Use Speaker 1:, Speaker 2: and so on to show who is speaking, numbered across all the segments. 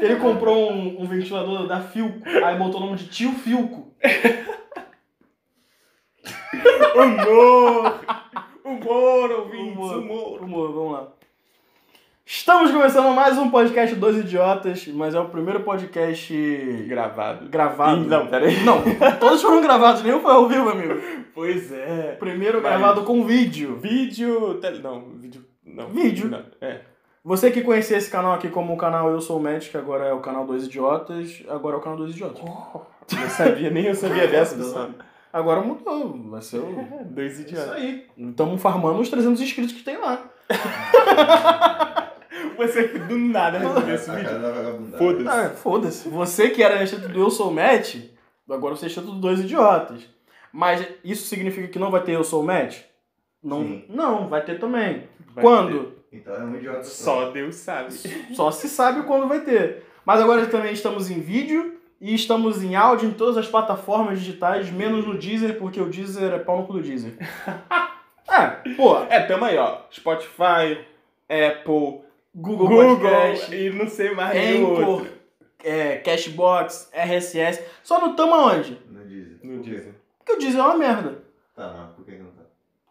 Speaker 1: Ele comprou um, um ventilador da Filco, aí botou o nome de tio Filco.
Speaker 2: Humor! Humor, ouvintes, humor.
Speaker 1: Humor, vamos lá. Estamos começando mais um podcast Dois Idiotas, mas é o primeiro podcast
Speaker 2: Gravado.
Speaker 1: gravado.
Speaker 2: Ih, Não, peraí.
Speaker 1: Não, todos foram gravados, nenhum foi ao vivo, amigo.
Speaker 2: Pois é.
Speaker 1: Primeiro
Speaker 2: Mas-
Speaker 1: gravado com vídeo.
Speaker 2: Vídeo... Tele... Não, vídeo... Não.
Speaker 1: Vídeo.
Speaker 2: Não, é.
Speaker 1: Você que conhecia esse canal aqui como o canal Eu Sou o Match, que agora é o canal Dois Idiotas, agora é o canal Dois Idiotas.
Speaker 2: Não sabia, nem Oh. eu sabia dessa, pessoal.
Speaker 1: Agora mudou, vai ser o...
Speaker 2: É, Dois
Speaker 1: Isso
Speaker 2: idiotas.
Speaker 1: aí. Estamos farmando os 300 inscritos que tem lá.
Speaker 2: Você do nada resolveu esse
Speaker 3: A
Speaker 2: vídeo.
Speaker 3: cara da vagabundagem.
Speaker 2: Foda-se.
Speaker 1: Ah, foda-se. Você que era inscrito do Eu Sou o Match, agora você é inscrito do Dois Idiotas. Mas isso significa que não vai ter Eu Sou o Match? Não,
Speaker 3: Sim.
Speaker 1: não, vai ter também.
Speaker 2: Vai
Speaker 1: quando?
Speaker 3: Então é um idiota
Speaker 2: ter. Só Deus sabe.
Speaker 1: Só se sabe quando vai ter. Mas agora também estamos em vídeo e estamos em áudio em todas as plataformas digitais, menos no Deezer, porque o Deezer é pau no cu do Deezer. é, pô,
Speaker 2: É, tamo aí, ó. Spotify, Apple,
Speaker 1: Google,
Speaker 2: Google, é
Speaker 1: Podcast,
Speaker 2: e não sei mais nenhum outro.
Speaker 1: Anchor, é, Cashbox, RSS. Só não tamo aonde?
Speaker 3: Não diz.
Speaker 2: Não dizem.
Speaker 1: Porque o Deezer é uma merda.
Speaker 3: Tá, mas por que que não tá?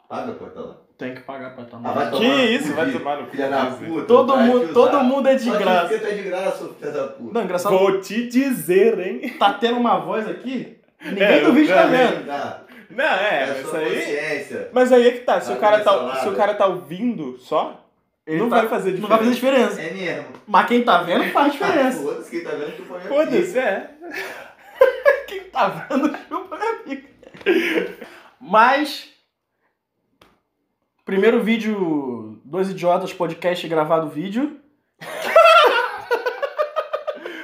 Speaker 3: Paga, pô, tá lá.
Speaker 1: Tem que pagar pra
Speaker 3: Ah,
Speaker 1: tomar.
Speaker 3: vai tomar no
Speaker 2: Que isso?
Speaker 3: cu,
Speaker 2: Vai
Speaker 3: filho.
Speaker 2: tomar no cu.
Speaker 3: Filha da
Speaker 2: Deezer.
Speaker 3: puta.
Speaker 1: Ah, Todo
Speaker 3: vai te
Speaker 1: mundo,
Speaker 3: usar.
Speaker 1: todo mundo é de
Speaker 3: Só te
Speaker 1: graça.
Speaker 3: diz que tu é de graça, ô filha da puta.
Speaker 1: Não, engraçado,
Speaker 2: Vou te dizer, hein?
Speaker 1: tá tendo uma voz aqui, ninguém
Speaker 2: É,
Speaker 1: do vídeo tá
Speaker 2: eu-
Speaker 1: vendo.
Speaker 3: Dá.
Speaker 2: Não, é,
Speaker 3: a
Speaker 2: isso
Speaker 3: sua
Speaker 2: aí.
Speaker 3: consciência.
Speaker 2: Mas aí é que tá, se
Speaker 3: Tá
Speaker 2: o cara tá,
Speaker 3: direcionado.
Speaker 2: se o cara tá ouvindo só,
Speaker 1: Ele
Speaker 2: não
Speaker 1: tá-
Speaker 2: vai fazer diferença.
Speaker 1: não vai fazer diferença.
Speaker 3: É mesmo.
Speaker 1: Mas quem tá vendo faz
Speaker 3: Ah,
Speaker 1: diferença.
Speaker 3: Foda-se, quem tá vendo que foi aqui.
Speaker 2: Foda-se, é.
Speaker 1: Quem tá vendo chupa minha pica. Mas. Primeiro vídeo, Dois Idiotas, podcast gravado vídeo.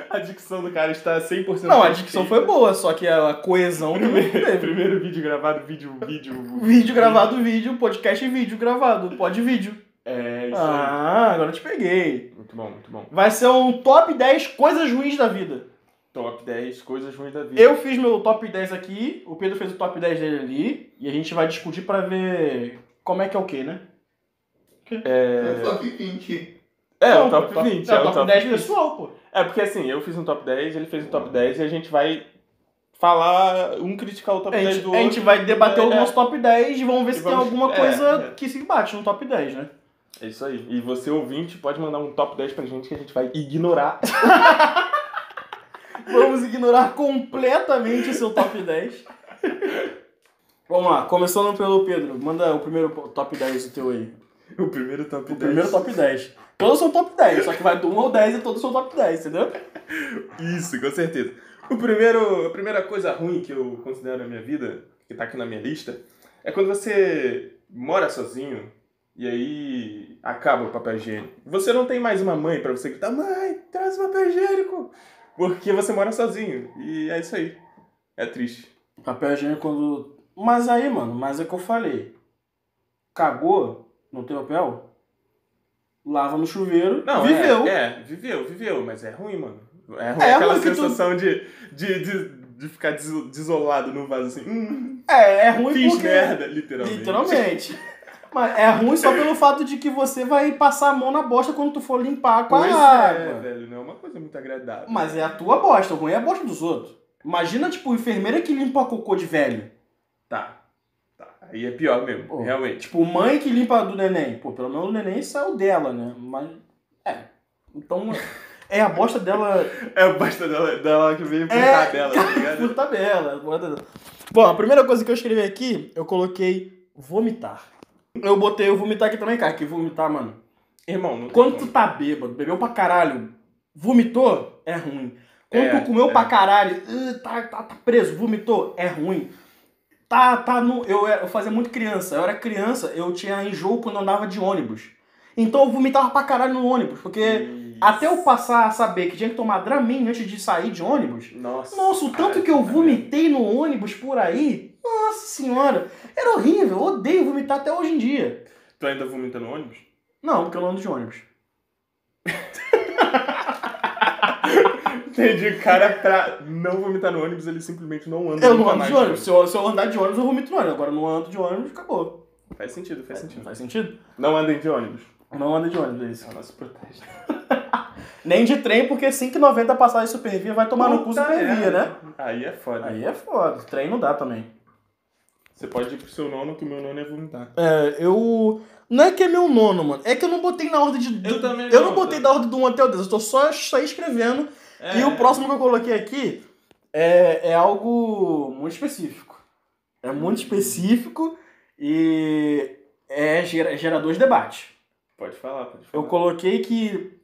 Speaker 2: A dicção do cara está 100%
Speaker 1: Não, a dicção foi boa, só que a coesão também
Speaker 2: perfeita.
Speaker 1: teve.
Speaker 2: Primeiro vídeo gravado, vídeo, vídeo.
Speaker 1: Vídeo gravado, vídeo, podcast e vídeo gravado, pod vídeo.
Speaker 2: É, isso aí.
Speaker 1: Ah, agora eu te peguei.
Speaker 2: Muito bom, muito bom.
Speaker 1: Vai ser um top 10 coisas ruins da vida.
Speaker 2: Top 10 coisas ruins da vida.
Speaker 1: Eu fiz meu top 10 aqui, o Pedro fez o top 10 dele ali, e a gente vai discutir pra ver como é que é o que, né?
Speaker 3: Eu só vi 20.
Speaker 2: É,
Speaker 1: Não,
Speaker 2: o top 20.
Speaker 1: Não,
Speaker 2: é o
Speaker 1: top 10 pessoal, pô.
Speaker 2: É porque assim, eu fiz um top 10, ele fez um top 10 e a gente vai falar, um criticar o top
Speaker 1: A
Speaker 2: 10
Speaker 1: gente,
Speaker 2: do
Speaker 1: a
Speaker 2: outro.
Speaker 1: gente vai debater o
Speaker 2: É.
Speaker 1: nosso top 10 e vamos ver
Speaker 2: E
Speaker 1: se
Speaker 2: vamos-
Speaker 1: tem alguma
Speaker 2: é,
Speaker 1: coisa
Speaker 2: é.
Speaker 1: que se bate no top 10, né?
Speaker 2: É isso aí. E você, ouvinte, pode mandar um top 10 pra gente que a gente vai ignorar.
Speaker 1: Vamos ignorar completamente o seu top 10. vamos lá, começando pelo Pedro. Manda o primeiro top 10 do teu aí.
Speaker 2: o primeiro top
Speaker 1: O primeiro top 10. Todos são top 10, só que vai do 1 ao 10 e todos são top 10, entendeu?
Speaker 2: Isso, com certeza. O primeiro, a primeira coisa ruim que eu considero na minha vida, que tá aqui na minha lista, é quando você mora sozinho e aí acaba o papel higiênico. Você não tem mais uma mãe pra você gritar, mãe, traz o papel higiênico! Porque você mora sozinho. E é isso aí. É triste.
Speaker 1: Papel higiênico quando. Mas aí, mano, mas é que eu falei. Cagou no teu papel, lava no chuveiro,
Speaker 2: Não,
Speaker 1: viveu.
Speaker 2: É, é, viveu, viveu, mas é ruim, mano. É ruim
Speaker 1: É
Speaker 2: aquela
Speaker 1: ruim que tu-
Speaker 2: sensação de, de, de, de ficar deso- desolado no vaso assim. Hum,
Speaker 1: É, é ruim
Speaker 2: fiz
Speaker 1: porque.
Speaker 2: merda, literalmente.
Speaker 1: Literalmente. Mas é ruim só pelo fato de que você vai passar a mão na bosta quando tu for limpar com a
Speaker 2: Pois é,
Speaker 1: água.
Speaker 2: velho, não é uma coisa muito agradável.
Speaker 1: Mas é a tua bosta, o ruim é a bosta dos outros. Imagina, tipo, enfermeira que limpa cocô de velho.
Speaker 2: Tá. Tá. Aí é pior mesmo,
Speaker 1: Pô.
Speaker 2: realmente.
Speaker 1: Tipo, mãe que limpa do neném. Pô, pelo menos o neném saiu dela, né? Mas. É. Então. É a bosta dela.
Speaker 2: É o basta dela, dela que veio
Speaker 1: É.
Speaker 2: pintar a dela, tá ligado?
Speaker 1: Por tabela. bosta dela. Bom, a primeira coisa que eu escrevi aqui, eu coloquei vomitar. Eu botei o vomitar aqui também, cara, que vomitar, mano.
Speaker 2: Irmão, não tem
Speaker 1: Quando tu
Speaker 2: como.
Speaker 1: tá bêbado, bebeu pra caralho, vomitou, é ruim. Quando
Speaker 2: É,
Speaker 1: tu comeu
Speaker 2: é.
Speaker 1: pra caralho, "Ih, tá, tá, tá preso, vomitou, é ruim. Tá, tá no. Eu, era- eu fazia muito criança. Eu era criança, eu tinha enjoo quando eu andava de ônibus. Então eu vomitava pra caralho no ônibus, porque
Speaker 2: Isso.
Speaker 1: até eu passar a saber que tinha que tomar Dramin antes de sair de ônibus.
Speaker 2: Nossa.
Speaker 1: Nossa, o tanto
Speaker 2: cara,
Speaker 1: que eu
Speaker 2: tá
Speaker 1: vomitei no ônibus por aí, nossa senhora, era horrível, eu odeio vomitar até hoje em dia.
Speaker 2: vendo? Tu ainda vomita no ônibus?
Speaker 1: Não, porque eu não ando de ônibus.
Speaker 2: Entendi, o cara, pra não vomitar no ônibus, ele simplesmente não anda
Speaker 1: Eu não
Speaker 2: nunca
Speaker 1: ando
Speaker 2: mais
Speaker 1: de ônibus. Se eu, se eu andar de ônibus, eu vomito no ônibus. Agora eu não ando de ônibus, acabou.
Speaker 2: Faz sentido, faz
Speaker 1: Não
Speaker 2: sentido.
Speaker 1: faz sentido?
Speaker 2: Não andem de ônibus.
Speaker 1: Eu Não ando de ônibus, é isso.
Speaker 2: É o nosso protesto.
Speaker 1: Nem de trem, porque 5,90 passagem supervia vai tomar no cu
Speaker 2: Puta
Speaker 1: supervia,
Speaker 2: merda.
Speaker 1: né?
Speaker 2: Aí é foda.
Speaker 1: Aí é foda. Trem não dá também.
Speaker 2: Você pode ir pro seu nono, que o meu nono é vomitar.
Speaker 1: É, eu... Não é que é meu nono, mano. É que eu não botei na ordem de... do-
Speaker 2: também
Speaker 1: Eu não né? botei da ordem do 1 até o 10. Eu tô só, só escrevendo E
Speaker 2: É.
Speaker 1: o próximo que eu coloquei aqui é, é algo muito específico. É muito específico e é gera- gerador de debate.
Speaker 2: Pode falar, pode falar.
Speaker 1: Eu coloquei que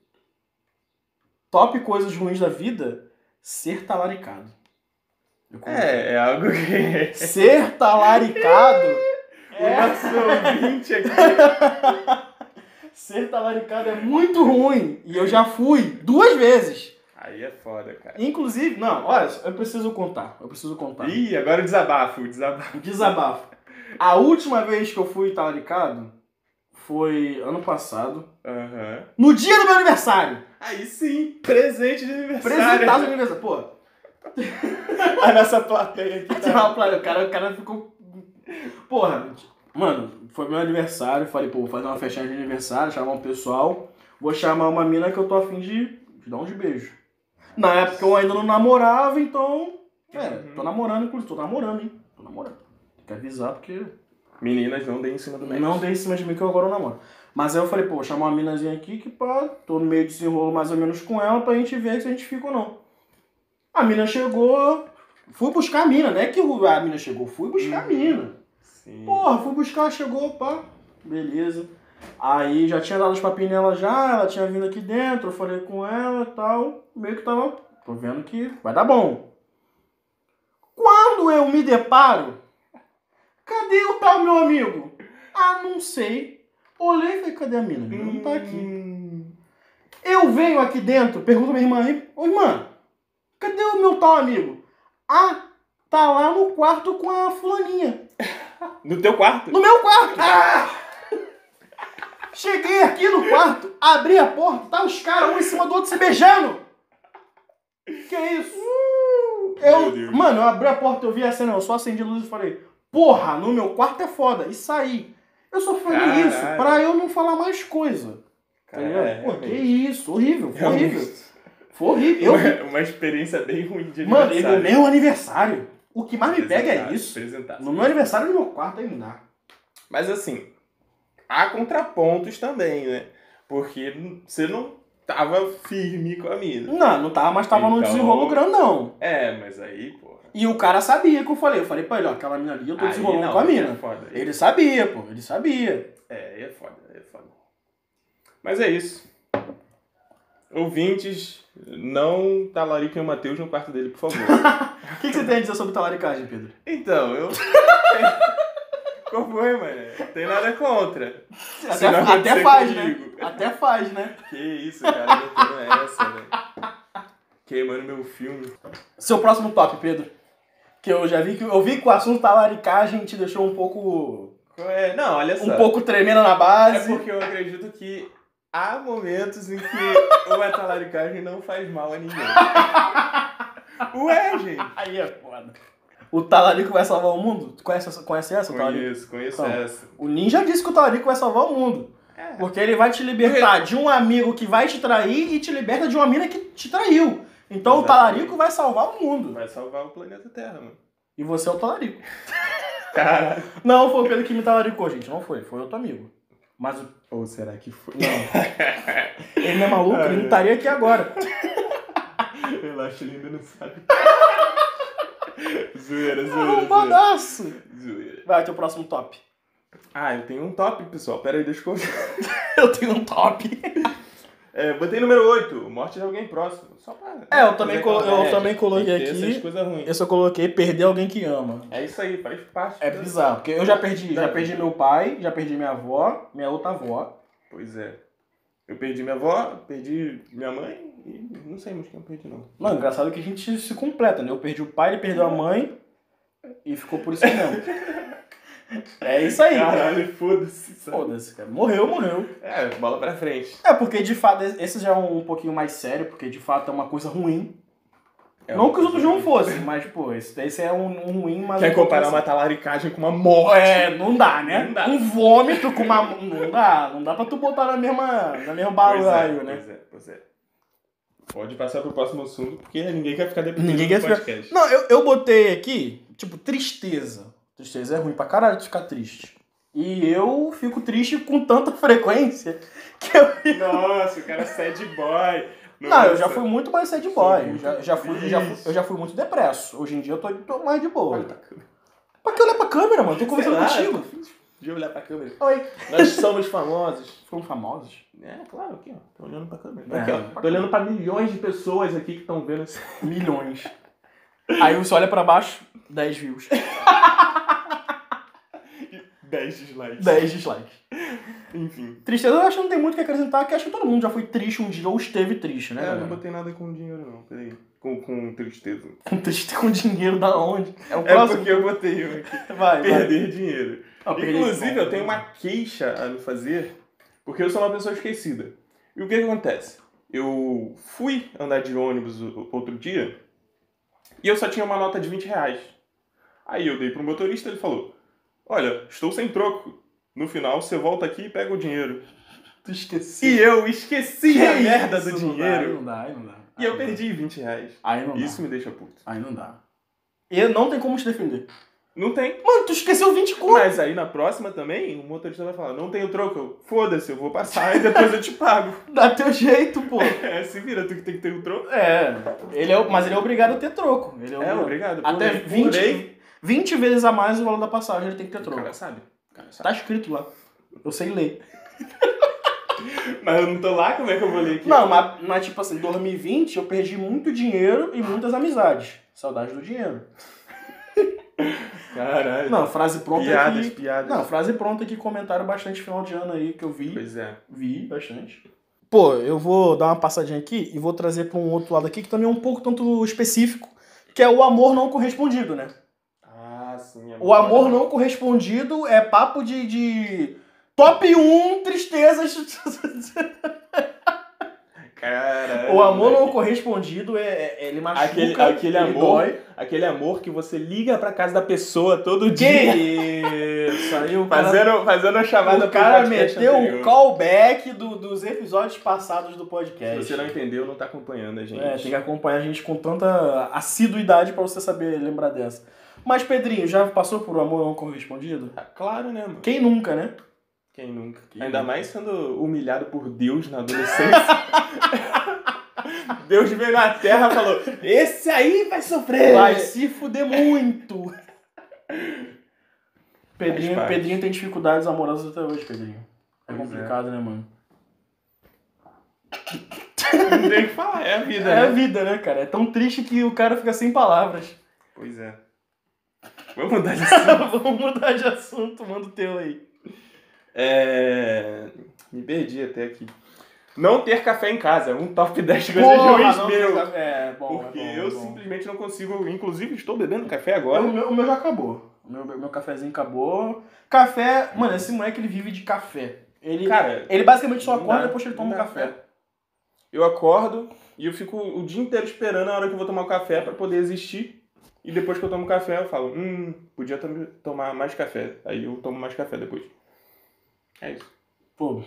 Speaker 1: top coisas ruins da vida, ser talaricado. Eu coloquei.
Speaker 2: É, é algo que.
Speaker 1: Ser talaricado
Speaker 2: O
Speaker 1: é,
Speaker 2: nosso ouvinte aqui.
Speaker 1: ser talaricado é muito ruim e eu já fui duas vezes.
Speaker 2: Aí é foda, cara.
Speaker 1: Inclusive, não, olha, eu preciso contar, eu preciso contar.
Speaker 2: Ih, agora o desabafo, o desabafo.
Speaker 1: Desabafo. A última vez que eu fui talaricado foi ano passado.
Speaker 2: Aham.
Speaker 1: No dia do meu aniversário!
Speaker 2: Aí sim, presente de aniversário.
Speaker 1: Presentado no aniversário. Pô,
Speaker 2: A nossa plateia aqui
Speaker 1: tem
Speaker 2: tá.
Speaker 1: uma placa, o cara, o cara ficou. Porra, mano, foi meu aniversário. Falei, pô, vou fazer uma festinha de aniversário, chamar um pessoal. Vou chamar uma mina que eu tô afim de, de dar um de beijo. Na época eu ainda não namorava, então. É, tô namorando, inclusive. Tô namorando, hein? Tô namorando. Tem que avisar porque.
Speaker 2: Meninas, não deem em cima do Mac.
Speaker 1: Não dei em cima de mim que eu agora eu namoro. Mas aí eu falei, pô, vou chamar uma minazinha aqui que pá, tô no meio de desenrolo mais ou menos com ela pra gente ver se a gente fica ou não. A mina chegou, fui buscar a mina, né? Que o- a mina chegou, fui buscar
Speaker 2: Uhum.
Speaker 1: a mina.
Speaker 2: Sim.
Speaker 1: Porra, fui buscar, chegou, pá, beleza. Aí já tinha dado os papinhos nela já, ela tinha vindo aqui dentro, eu falei com ela e tal, meio que tava, tô vendo que vai dar bom. Quando eu me deparo, cadê o tal meu amigo? Ah, não sei. Olhei e falei, cadê a mina? A mina não tá aqui.
Speaker 2: Hum.
Speaker 1: Eu venho aqui dentro, pergunto pra minha irmã aí, ô irmã, cadê o meu tal amigo? Ah, tá lá no quarto com a fulaninha.
Speaker 2: No teu quarto?
Speaker 1: No meu quarto! Ah! Cheguei aqui no quarto, abri a porta, tá os caras um em cima do outro se beijando! Que isso?
Speaker 2: Uh! Meu
Speaker 1: Eu,
Speaker 2: Deus.
Speaker 1: mano, eu abri a porta, eu vi a cena, eu só acendi a luz e falei, porra, no meu quarto é foda, e saí. Eu só falei
Speaker 2: Caralho.
Speaker 1: isso pra eu não falar mais coisa. Tá ligado?
Speaker 2: Cara, é,
Speaker 1: Pô, que
Speaker 2: realmente.
Speaker 1: isso, horrível, foi horrível.
Speaker 2: Realmente.
Speaker 1: Foi horrível. Eu-
Speaker 2: Uma, uma experiência bem ruim de
Speaker 1: mano, e no
Speaker 2: aniversário.
Speaker 1: meu aniversário, o que mais me pega é
Speaker 2: Apresentar,
Speaker 1: isso. é-
Speaker 2: apresentar.
Speaker 1: No meu aniversário, no meu quarto, aí não dá.
Speaker 2: Mas assim, há contrapontos também, né? Porque você não tava firme com a mina.
Speaker 1: Não, não tava, mas tava num
Speaker 2: Então-
Speaker 1: desenrolo grandão.
Speaker 2: É, mas aí, porra.
Speaker 1: E o cara sabia que eu falei. Eu falei pra ele, ó, aquela mina ali, eu tô
Speaker 2: aí
Speaker 1: desenrolando
Speaker 2: não,
Speaker 1: com a
Speaker 2: aí É
Speaker 1: mina.
Speaker 2: foda. aí-
Speaker 1: Ele sabia, pô, ele sabia.
Speaker 2: É, aí é foda, aí é foda. Mas é isso. Ouvintes, não talariquem o Matheus no quarto dele, por
Speaker 1: O
Speaker 2: favor.
Speaker 1: que, que você tem a dizer sobre talaricagem, Pedro?
Speaker 2: então, eu. Qual foi, mano? Não tem nada contra.
Speaker 1: Até,
Speaker 2: não
Speaker 1: até
Speaker 2: acontecer
Speaker 1: faz,
Speaker 2: comigo.
Speaker 1: né? Até faz, né?
Speaker 2: Que isso, cara, metendo essa, né? Queimando meu filme.
Speaker 1: Seu próximo top, Pedro. Que eu já vi que eu vi que o assunto talaricagem te deixou um pouco.
Speaker 2: Qual é? Não, olha só.
Speaker 1: um pouco tremendo na
Speaker 2: É
Speaker 1: base.
Speaker 2: porque eu acredito que há momentos em que uma talaricagem não faz mal a ninguém. Ué, gente.
Speaker 1: Aí é foda. O talarico vai salvar o mundo? Tu conhece, essa- conhece essa, o talarico?
Speaker 2: Conheço, conheço
Speaker 1: Calma.
Speaker 2: essa.
Speaker 1: O ninja disse que o talarico vai salvar o mundo.
Speaker 2: É.
Speaker 1: Porque ele vai te libertar de um amigo que vai te trair e te liberta de uma mina que te traiu. Então o
Speaker 2: Exatamente.
Speaker 1: talarico vai salvar o mundo.
Speaker 2: Vai salvar o planeta Terra, mano.
Speaker 1: E você é o talarico.
Speaker 2: Caralho.
Speaker 1: Não foi o Pedro que me talaricou, gente. Não foi. Foi outro amigo. Mas o...
Speaker 2: Ou será que foi?
Speaker 1: Não. Ele não é maluco, ele não estaria aqui agora.
Speaker 2: Eu acho ele ainda não sabe. zoeira, zoeira, zoeira.
Speaker 1: Arrombadaço.
Speaker 2: Zoeira.
Speaker 1: Vai, teu próximo top.
Speaker 2: Ah, eu tenho um top, pessoal. Pera aí, deixa eu...
Speaker 1: Eu tenho um top.
Speaker 2: É, botei número 8, morte de alguém próximo. Só pra...
Speaker 1: É, eu também
Speaker 2: fazer
Speaker 1: colo- eu
Speaker 2: aquela média.
Speaker 1: também coloquei
Speaker 2: Tem que ter
Speaker 1: aqui.
Speaker 2: Essas coisas ruins.
Speaker 1: Esse eu coloquei perder alguém que ama.
Speaker 2: É isso aí, faz parte.
Speaker 1: É
Speaker 2: da-
Speaker 1: bizarro, porque eu já perdi, já perdi meu pai, já perdi minha avó, minha outra avó.
Speaker 2: Pois é. Eu perdi minha avó, perdi minha mãe e não sei mais quem eu perdi, não.
Speaker 1: Não, engraçado que a gente se completa, né? Eu perdi o pai, ele perdeu a mãe e ficou por isso mesmo. É isso aí.
Speaker 2: Caralho, foda-se. sabe?
Speaker 1: Foda-se, cara. Morreu, morreu.
Speaker 2: É, bola pra frente.
Speaker 1: É, porque de fato, esse já é um pouquinho mais sério, porque de fato é uma coisa ruim.
Speaker 2: É
Speaker 1: não
Speaker 2: uma
Speaker 1: que os outros
Speaker 2: coisa
Speaker 1: não fossem, mas, pô, esse daí é um, um ruim, mas.
Speaker 2: Quer
Speaker 1: um pouco
Speaker 2: comparar
Speaker 1: assim.
Speaker 2: uma talaricagem com uma morte?
Speaker 1: É, não dá, né?
Speaker 2: Não dá.
Speaker 1: Um vômito com uma. Não dá, não dá pra tu botar na mesma. na mesma
Speaker 2: Pois é,
Speaker 1: balaio, né?
Speaker 2: Pois é, pois é. Pode passar pro próximo assunto, porque ninguém quer ficar deprimido
Speaker 1: Ninguém quer
Speaker 2: no
Speaker 1: ficar-
Speaker 2: podcast.
Speaker 1: Não, eu, eu botei aqui, tipo, tristeza. Tristeza é ruim pra caralho de ficar triste. E eu fico triste com tanta frequência que eu.
Speaker 2: Nossa, o cara é sad boy.
Speaker 1: Não, eu já fui muito mais sad
Speaker 2: Sou
Speaker 1: boy.
Speaker 2: muito
Speaker 1: Já, já fui, já fui-
Speaker 2: é triste. Ah, tá.
Speaker 1: eu já fui muito depresso. Hoje em dia eu tô, tô mais de boa. Pra que olhar pra câmera, mano? Tô conversando contigo.
Speaker 2: Deixa eu olhar pra câmera.
Speaker 1: Oi.
Speaker 2: Nós somos famosos.
Speaker 1: Foram famosos?
Speaker 2: É, claro, aqui, ó. Tô olhando pra câmera.
Speaker 1: É.
Speaker 2: Aqui, ó. Tô olhando pra milhões de pessoas aqui que estão vendo esse.
Speaker 1: Milhões. Aí você olha pra baixo, 10 views.
Speaker 2: 10 dislikes.
Speaker 1: 10 dislikes.
Speaker 2: Enfim.
Speaker 1: Tristeza eu acho que não tem muito o que acrescentar, que acho que todo mundo já foi triste um dia ou esteve triste, né?
Speaker 2: É, eu
Speaker 1: galera?
Speaker 2: não botei nada com dinheiro, não. Peraí. Com, com tristeza.
Speaker 1: Com triste com dinheiro da onde? É o
Speaker 2: É
Speaker 1: próximo.
Speaker 2: porque eu botei um aqui.
Speaker 1: Vai, vai.
Speaker 2: Perder dinheiro.
Speaker 1: Ó, perdi-
Speaker 2: Inclusive, eu tenho uma queixa a me fazer, porque eu sou uma pessoa esquecida. E o que, que acontece? Eu fui andar de ônibus o- outro dia e eu só tinha uma nota de 20 reais. Aí eu dei pro motorista ele falou: Olha, estou sem troco. No final, você volta aqui e pega o dinheiro.
Speaker 1: Tu esqueci.
Speaker 2: E eu esqueci
Speaker 1: Que
Speaker 2: é a merda
Speaker 1: isso?
Speaker 2: do
Speaker 1: Não
Speaker 2: dinheiro.
Speaker 1: dá, aí não dá, aí não dá.
Speaker 2: E eu perdi 20 reais.
Speaker 1: Aí não
Speaker 2: Isso
Speaker 1: dá.
Speaker 2: me deixa puto.
Speaker 1: Aí não dá. E não tem como te defender.
Speaker 2: Não tem.
Speaker 1: Mano, tu esqueceu 20 conto.
Speaker 2: Mas aí na próxima também, o motorista vai falar: Não tenho troco. Eu, Foda-se, eu vou passar e depois eu te pago.
Speaker 1: Dá teu jeito, pô.
Speaker 2: É, se vira, tu que tem que ter um troco.
Speaker 1: É. Ele é, o- mas ele é obrigado a ter troco. Ele é,
Speaker 2: É,
Speaker 1: obrigado.
Speaker 2: obrigado.
Speaker 1: Até
Speaker 2: Pulei,
Speaker 1: 20,
Speaker 2: pulei.
Speaker 1: 20 vezes a mais o valor da passagem ele tem que ter
Speaker 2: O
Speaker 1: troco.
Speaker 2: cara sabe. O cara sabe.
Speaker 1: Tá escrito lá. Eu sei ler.
Speaker 2: Mas eu não tô lá, como é que eu vou ler aqui?
Speaker 1: Não, mas, mas tipo assim, em 2020 eu perdi muito dinheiro e muitas amizades. Saudade do dinheiro.
Speaker 2: Caralho.
Speaker 1: Não, frase pronta é
Speaker 2: piadas,
Speaker 1: aqui.
Speaker 2: piadas.
Speaker 1: Não, frase pronta que comentaram bastante final de ano aí que eu vi.
Speaker 2: Pois é.
Speaker 1: Vi bastante. Pô, eu vou dar uma passadinha aqui e vou trazer pra um outro lado aqui que também é um pouco tanto específico, que é o amor não correspondido, né?
Speaker 2: Ah, sim.
Speaker 1: O amor não correspondido é papo de. de... Top 1 tristezas.
Speaker 2: Caralho.
Speaker 1: o amor não
Speaker 2: moleque.
Speaker 1: correspondido é, é- ele machuca.
Speaker 2: Aquele-
Speaker 1: ele
Speaker 2: aquele amor-
Speaker 1: dói.
Speaker 2: Aquele amor que você liga pra casa da pessoa todo dia.
Speaker 1: Que isso aí, o cara,
Speaker 2: Fazendo, fazendo a chamada
Speaker 1: o cara
Speaker 2: pro podcast
Speaker 1: meteu
Speaker 2: anterior.
Speaker 1: um callback do- dos episódios passados do
Speaker 2: Se
Speaker 1: podcast.
Speaker 2: você não entendeu, não tá acompanhando a gente.
Speaker 1: É, tem que acompanhar a gente com tanta assiduidade pra você saber lembrar dessa. Mas, Pedrinho, já passou por um amor não correspondido?
Speaker 2: Ah, Claro, né, mano?
Speaker 1: Quem nunca, né?
Speaker 2: Quem nunca?
Speaker 1: Quem
Speaker 2: Ainda
Speaker 1: nunca?
Speaker 2: mais sendo humilhado por Deus na adolescência. Deus veio na terra e falou: Esse aí vai sofrer!
Speaker 1: Vai se fuder muito! Pedrinho,
Speaker 2: parte.
Speaker 1: Pedrinho tem dificuldades amorosas até hoje, Pedrinho. É
Speaker 2: Pois é.
Speaker 1: complicado, né, mano?
Speaker 2: Não tem o que falar, é a vida,
Speaker 1: É a
Speaker 2: né?
Speaker 1: vida, né, cara? É tão triste que o cara fica sem palavras.
Speaker 2: Pois é. Vamos mudar de assunto.
Speaker 1: Vamos mudar de assunto, manda o teu aí.
Speaker 2: É... Me perdi até aqui. Não ter café em casa, é um top 10 coisas ruins
Speaker 1: Porra, Ah, não,
Speaker 2: meu.
Speaker 1: É, bom,
Speaker 2: porque
Speaker 1: é bom,
Speaker 2: eu
Speaker 1: é bom.
Speaker 2: simplesmente não consigo. Inclusive, estou bebendo café
Speaker 1: O
Speaker 2: agora.
Speaker 1: meu, o meu já acabou. O meu, meu cafezinho acabou. Café. Mano, esse moleque ele vive de café. Ele,
Speaker 2: Cara,
Speaker 1: ele basicamente só
Speaker 2: não
Speaker 1: acorda
Speaker 2: dá,
Speaker 1: depois que ele toma um
Speaker 2: não dá,
Speaker 1: café.
Speaker 2: cara. Eu acordo e eu fico o dia inteiro esperando a hora que eu vou tomar o café pra poder existir. E depois que eu tomo café, eu falo, hum, podia tom- tomar mais café. Aí eu tomo mais café depois. É isso.
Speaker 1: Pô.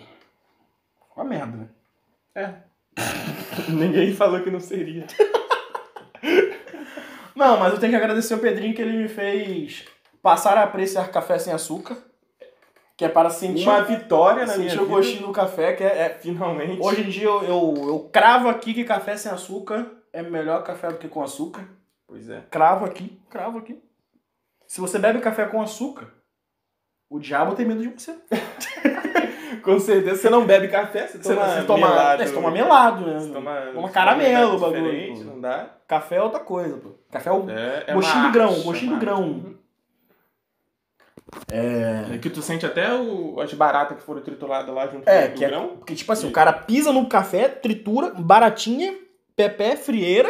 Speaker 1: Uma merda, né?
Speaker 2: É. Ninguém falou que não seria.
Speaker 1: Não, mas eu tenho que agradecer o Pedrinho que ele me fez passar a apreciar café sem açúcar. Que é para sentir,
Speaker 2: Uma vitória na minha
Speaker 1: sentir
Speaker 2: vida.
Speaker 1: o gostinho do café, que é. é-
Speaker 2: Finalmente.
Speaker 1: Hoje em dia eu, eu, eu cravo aqui que café sem açúcar é melhor café do que com açúcar.
Speaker 2: Pois é.
Speaker 1: Cravo aqui, cravo aqui. Se você bebe café com açúcar, o diabo tem medo de você.
Speaker 2: Com certeza você não bebe café, você
Speaker 1: Você
Speaker 2: toma
Speaker 1: você toma
Speaker 2: melado.
Speaker 1: é, você toma melado, né?
Speaker 2: Você toma,
Speaker 1: Toma caramelo,
Speaker 2: você toma
Speaker 1: bagulho,
Speaker 2: diferente,
Speaker 1: pô.
Speaker 2: Não dá.
Speaker 1: Café é outra coisa, pô. Café é o
Speaker 2: É, é
Speaker 1: gostinho
Speaker 2: uma
Speaker 1: do grão,
Speaker 2: arte,
Speaker 1: gostinho
Speaker 2: é
Speaker 1: do
Speaker 2: uma arte.
Speaker 1: grão. É.
Speaker 2: É que tu sente até o- as baratas que foram trituradas lá junto
Speaker 1: É,
Speaker 2: com
Speaker 1: que
Speaker 2: o
Speaker 1: é-
Speaker 2: grão.
Speaker 1: Porque, tipo assim,
Speaker 2: E-
Speaker 1: o cara pisa no café, tritura, baratinha, pepé, frieira,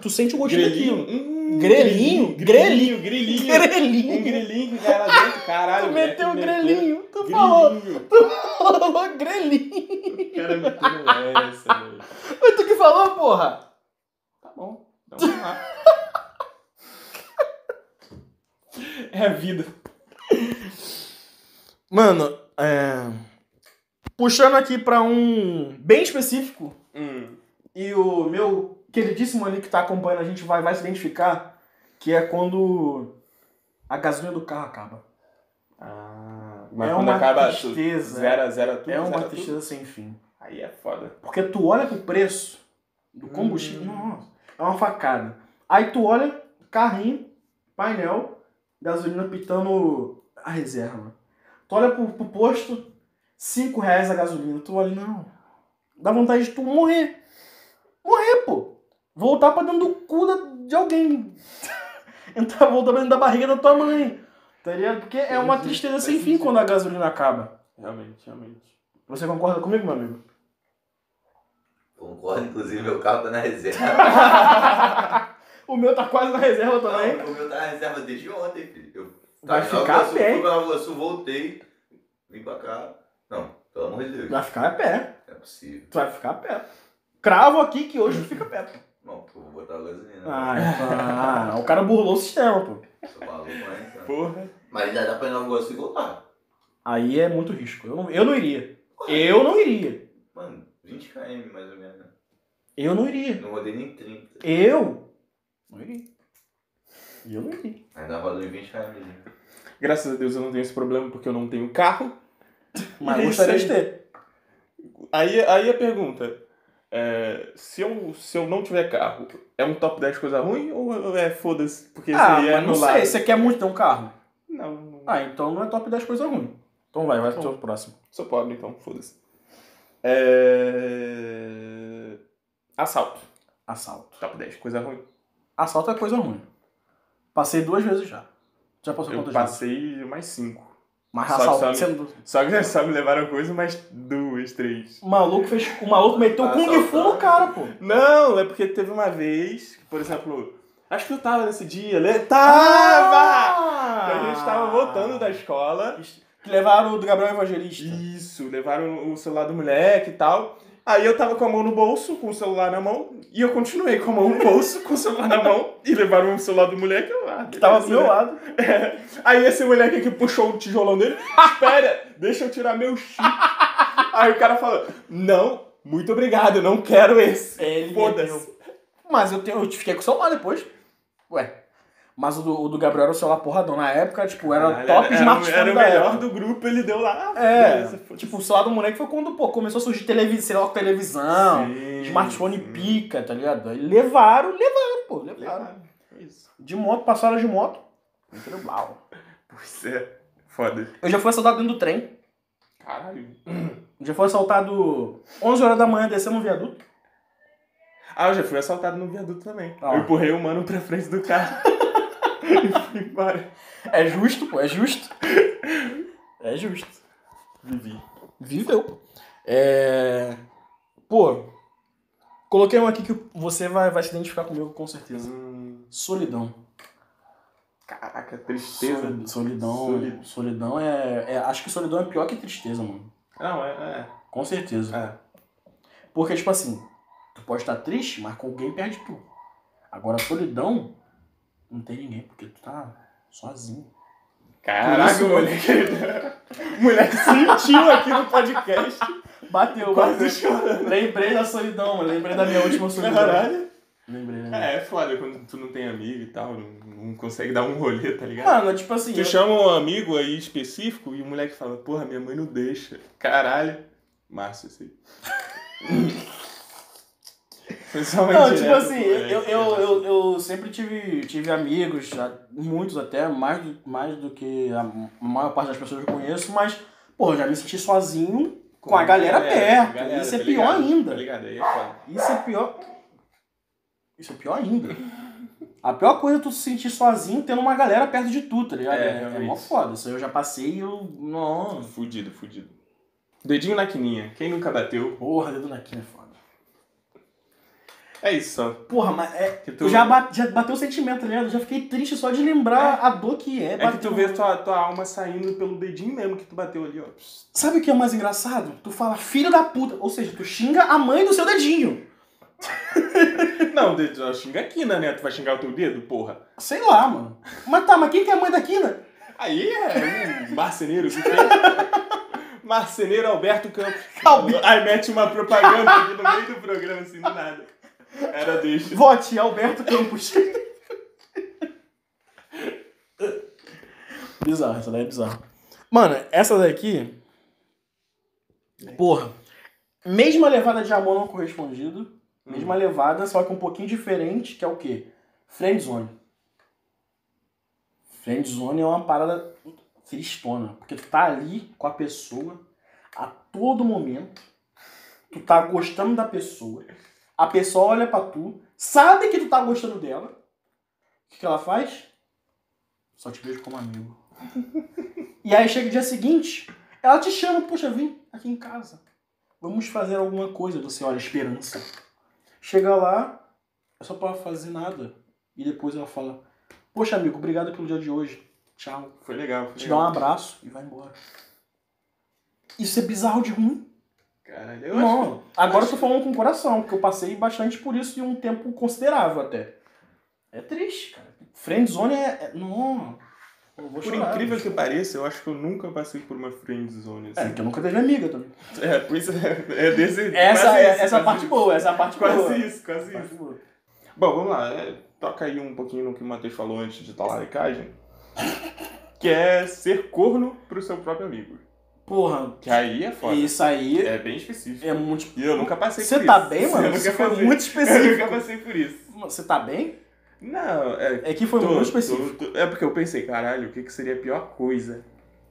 Speaker 1: tu sente o gostinho
Speaker 2: Grelhinho.
Speaker 1: daquilo.
Speaker 2: Hum,
Speaker 1: Grelhinho?
Speaker 2: Grelhinho. Grelhinho. Um
Speaker 1: um Grelinho.
Speaker 2: grelhinho que cai lá dentro. Caralho.
Speaker 1: Tu
Speaker 2: moleque,
Speaker 1: meteu um
Speaker 2: né? meteu
Speaker 1: grelinho. Tu falou,
Speaker 2: Grelhinho.
Speaker 1: falou grelinho.
Speaker 2: O cara meteu essa, velho.
Speaker 1: Mas tu que falou, porra?
Speaker 2: Tá bom. Então vamos lá. É a vida.
Speaker 1: Mano,
Speaker 2: Hum.
Speaker 1: é... Puxando aqui pra um bem específico, e o meu queridíssimo ali que tá acompanhando a gente vai, vai se identificar, que é quando a gasolina do carro acaba.
Speaker 2: Ah, mas
Speaker 1: É
Speaker 2: quando
Speaker 1: uma
Speaker 2: acaba
Speaker 1: tristeza.
Speaker 2: tu zera, zera tudo,
Speaker 1: é uma
Speaker 2: zera tudo.
Speaker 1: tristeza sem fim.
Speaker 2: Aí é foda.
Speaker 1: Porque tu olha pro preço do
Speaker 2: Hum.
Speaker 1: combustível, nossa, é uma facada. Aí tu olha, carrinho, painel, gasolina pitando a reserva. Tu olha pro, pro posto, 5 reais a gasolina. Tu olha, não. Dá vontade de tu morrer. Morrer, pô. Voltar pra dentro do cu da- de alguém. Entrar, voltar pra dentro da barriga da tua mãe. Tá ligado? Porque é uma
Speaker 2: Entendi.
Speaker 1: tristeza
Speaker 2: Faz
Speaker 1: sem fim
Speaker 2: sentido.
Speaker 1: quando a gasolina acaba.
Speaker 2: Realmente, realmente.
Speaker 1: Você concorda comigo, meu amigo?
Speaker 3: Concordo, inclusive meu carro tá na reserva.
Speaker 1: o meu tá quase na reserva também.
Speaker 3: Não, o meu tá na reserva desde ontem, filho. Eu
Speaker 1: Vai
Speaker 3: tava em
Speaker 1: ficar
Speaker 3: Nova Iguaçu,
Speaker 1: bem.
Speaker 3: fui pra Nova Iguaçu, voltei, vim pra cá. Não, pelo amor de Deus.
Speaker 1: Vai ficar a pé.
Speaker 3: Não é possível.
Speaker 1: Tu vai ficar a pé. Cravo aqui que hoje tu fica a pé. pô.
Speaker 3: Não, porque eu vou botar a gasolina. né?
Speaker 1: Ah, então, ah, o cara burlou o sistema, pô.
Speaker 3: Sou maluco, né? então.
Speaker 2: Porra.
Speaker 3: Mas ainda dá pra ir no negócio e voltar.
Speaker 1: Aí é muito risco. Eu não, eu não iria. Eu não iria.
Speaker 3: Mano, 20 km mais ou menos. né?
Speaker 1: Eu não iria.
Speaker 3: Não rodei nem 30.
Speaker 1: Eu não iria. Eu não iria.
Speaker 3: Ainda rodei 20 km.
Speaker 2: Graças a Deus eu não tenho esse problema porque eu não tenho carro.
Speaker 1: Mas
Speaker 2: É isso
Speaker 1: gostaria
Speaker 2: aí.
Speaker 1: de ter.
Speaker 2: Aí, aí a pergunta. é, se, eu, se eu não tiver carro, é um top 10 coisa ruim ou é foda-se? Porque isso
Speaker 1: Ah,
Speaker 2: aí é
Speaker 1: mas não
Speaker 2: anulado?
Speaker 1: sei. Você quer muito ter um carro?
Speaker 2: Não, não.
Speaker 1: Ah, então não é top 10 coisas ruins. Então vai, vai pro teu próximo.
Speaker 2: Sou pobre, então, foda-se. É... Assalto.
Speaker 1: Assalto.
Speaker 2: Top 10, coisa ruim.
Speaker 1: Assalto é coisa ruim. Passei duas vezes já. Já passou
Speaker 2: Eu
Speaker 1: quantas vezes?
Speaker 2: passei mais 5.
Speaker 1: Mas
Speaker 2: Só que
Speaker 1: assalto
Speaker 2: sabe-
Speaker 1: sendo
Speaker 2: Só que só me levaram coisa mais duas, três.
Speaker 1: O maluco fez. O maluco meteu o Kung Fu no cara, pô.
Speaker 2: Não, é porque teve uma vez, que, por exemplo, acho que eu tava nesse dia, né? Tava!
Speaker 1: Ah!
Speaker 2: A gente tava voltando da escola.
Speaker 1: Que levaram o do Gabriel Evangelista.
Speaker 2: Isso, levaram o celular do moleque e tal. Aí eu tava com a mão no bolso, com o celular na mão, e eu continuei com a mão no bolso, com o celular na mão, e levaram o celular do moleque lá.
Speaker 1: Que tava do meu lado.
Speaker 2: né? Aí esse moleque aqui puxou o tijolão dele, espera, deixa eu tirar meu chip. Aí o cara falou, não, muito obrigado, não quero esse.
Speaker 1: É, Ele
Speaker 2: Foda-se.
Speaker 1: Mas eu, tenho, eu fiquei com o celular depois. Ué. Mas o do, o do Gabriel era o celular porradão. Na época, tipo, era
Speaker 2: Caralho,
Speaker 1: top
Speaker 2: era-
Speaker 1: smartphone
Speaker 2: Era o
Speaker 1: da
Speaker 2: melhor
Speaker 1: época.
Speaker 2: do grupo, ele deu lá. ah,
Speaker 1: É.
Speaker 2: beleza, foda-se.
Speaker 1: Tipo, o celular do moleque foi quando, pô, começou a surgir televisão, sei lá, televisão,
Speaker 2: Sim,
Speaker 1: smartphone
Speaker 2: sim.
Speaker 1: pica, tá ligado? Aí levaram, levaram, pô, levaram.
Speaker 2: Levaram, é isso.
Speaker 1: De moto, passaram de moto. Entrou blau.
Speaker 2: Pois é, foda.
Speaker 1: Eu já fui assaltado dentro do trem.
Speaker 2: Caralho.
Speaker 1: Já foi assaltado 11 horas da manhã descendo um viaduto.
Speaker 2: Ah, eu já fui assaltado no viaduto também.
Speaker 1: Ah.
Speaker 2: Eu empurrei o mano pra frente do carro. e fui embora.
Speaker 1: É justo, pô, é justo. É justo.
Speaker 2: Vivi.
Speaker 1: Viveu. É. Pô, coloquei um aqui que você vai, vai se identificar comigo com certeza.
Speaker 2: Hum,
Speaker 1: Solidão.
Speaker 2: Caraca, tristeza.
Speaker 1: Soli- Solidão.
Speaker 2: Soli-
Speaker 1: Solidão é, é- Acho que solidão é pior que tristeza, mano.
Speaker 2: Não, é. é.
Speaker 1: Com certeza.
Speaker 2: é.
Speaker 1: Porque, tipo assim, tu pode estar triste, mas com alguém perde tu. Agora, solidão, não tem ninguém, porque tu tá sozinho.
Speaker 2: Caraca,
Speaker 1: Por isso-
Speaker 2: moleque. moleque sentiu aqui no podcast. é
Speaker 1: Bateu,
Speaker 2: Quase
Speaker 1: bateu.
Speaker 2: chorando.
Speaker 1: Lembrei da solidão, mano. Lembrei da minha última solidão.
Speaker 2: Caralho.
Speaker 1: Lembrei, né?
Speaker 2: É, é foda quando tu não tem amigo e tal, não, não consegue dar um rolê, tá ligado?
Speaker 1: Mano, tipo assim.
Speaker 2: tu
Speaker 1: eu-
Speaker 2: chama um amigo aí específico e o moleque fala, porra, minha mãe não deixa. Caralho. Márcio, assim. Foi só uma
Speaker 1: Não,
Speaker 2: indireta
Speaker 1: tipo
Speaker 2: pro
Speaker 1: assim, eu,
Speaker 2: moleque,
Speaker 1: eu, eu,
Speaker 2: né?
Speaker 1: eu, sempre tive, tive amigos, já, muitos até, mais do, mais do que a maior parte das pessoas que eu conheço, mas, pô, já me senti sozinho com, a galera, perto.
Speaker 2: galera,
Speaker 1: isso é
Speaker 2: tá
Speaker 1: pior
Speaker 2: ligado?
Speaker 1: ainda.
Speaker 2: Tá ligado? Aí é foda.
Speaker 1: Isso é pior. Isso é pior ainda. A pior coisa é tu se sentir sozinho tendo uma galera perto de tu, tá ligado?
Speaker 2: É,
Speaker 1: É, é,
Speaker 2: realmente.
Speaker 1: mó foda. Isso aí eu já passei e eu. Nossa.
Speaker 2: Fudido, fudido. Dedinho na quininha. Quem nunca bateu?
Speaker 1: Porra, dedo na quina é foda.
Speaker 2: É isso só.
Speaker 1: Porra, mas é,
Speaker 2: Que tu...
Speaker 1: Eu já, ba- já bateu o sentimento, tá ligado? Eu já fiquei triste só de lembrar a dor que é.
Speaker 2: É
Speaker 1: bater
Speaker 2: que tu
Speaker 1: um-
Speaker 2: vê tua, tua alma saindo pelo dedinho mesmo que tu bateu ali, ó.
Speaker 1: Sabe o que é mais engraçado? Tu fala filho da puta, ou seja, tu xinga a mãe do seu dedinho.
Speaker 2: Não, de- tu xinga a quina, né? Tu vai xingar o teu dedo, porra.
Speaker 1: Sei lá, mano. Mas tá, mas quem que é a mãe da Kina?
Speaker 2: Aí é um marceneiro, que tem. Marceneiro Alberto Campos.
Speaker 1: Alberto.
Speaker 2: Aí mete uma propaganda aqui no meio do programa, assim, do nada. Era deixa.
Speaker 1: Vote Alberto Campos. bizarro, essa daí é bizarro. Mano, essa daqui. Porra. Mesma levada de amor não correspondido. Mesma levada, só que um pouquinho diferente, que é o quê? Friendzone. Friendzone é uma parada tristona. Porque tu tá ali com a pessoa a todo momento. Tu tá gostando da pessoa. A pessoa olha pra tu, sabe que tu tá gostando dela. O que, que ela faz? Só te vejo como amigo. e aí chega o dia seguinte, ela te chama, poxa, vem aqui em casa. Vamos fazer alguma coisa. Você olha, esperança. Chega lá, é só pra fazer nada. E depois ela fala, poxa amigo, obrigado pelo dia de hoje. Tchau.
Speaker 2: Foi legal, foi
Speaker 1: Te dá um
Speaker 2: legal.
Speaker 1: abraço e vai embora. Isso é bizarro de ruim.
Speaker 2: Caralho, eu acho
Speaker 1: Não, agora eu tô falando com o coração, porque eu passei bastante por isso e um tempo considerável até. É triste, cara. Friendzone é. é- Não. Eu vou
Speaker 2: Por
Speaker 1: chorar.
Speaker 2: incrível que pareça, eu acho que eu nunca passei por uma friend zone
Speaker 1: É,
Speaker 2: assim.
Speaker 1: porque eu nunca teve amiga também.
Speaker 2: É, por isso é, é desse.
Speaker 1: Essa
Speaker 2: quase
Speaker 1: é essa
Speaker 2: isso,
Speaker 1: é a
Speaker 2: quase
Speaker 1: parte
Speaker 2: isso.
Speaker 1: boa, essa é a parte boa.
Speaker 2: Quase isso, quase
Speaker 1: Parte
Speaker 2: isso.
Speaker 1: boa.
Speaker 2: Bom, vamos lá. é, toca aí um pouquinho no que o Matheus falou antes de talaricagem. Que é ser corno pro seu próprio amigo.
Speaker 1: Porra,
Speaker 2: Que aí é foda.
Speaker 1: isso aí é,
Speaker 2: É bem específico.
Speaker 1: muito.
Speaker 2: E eu nunca passei por
Speaker 1: Você
Speaker 2: isso.
Speaker 1: tá bem,
Speaker 2: Eu
Speaker 1: mano?
Speaker 2: nunca
Speaker 1: Isso foi
Speaker 2: passei-
Speaker 1: muito
Speaker 2: Eu nunca
Speaker 1: específico.
Speaker 2: passei por isso.
Speaker 1: Você tá bem?
Speaker 2: Não, é.
Speaker 1: É que foi
Speaker 2: tô-
Speaker 1: muito específico.
Speaker 2: tô- tô- é porque eu pensei, caralho, o que, que seria a pior coisa?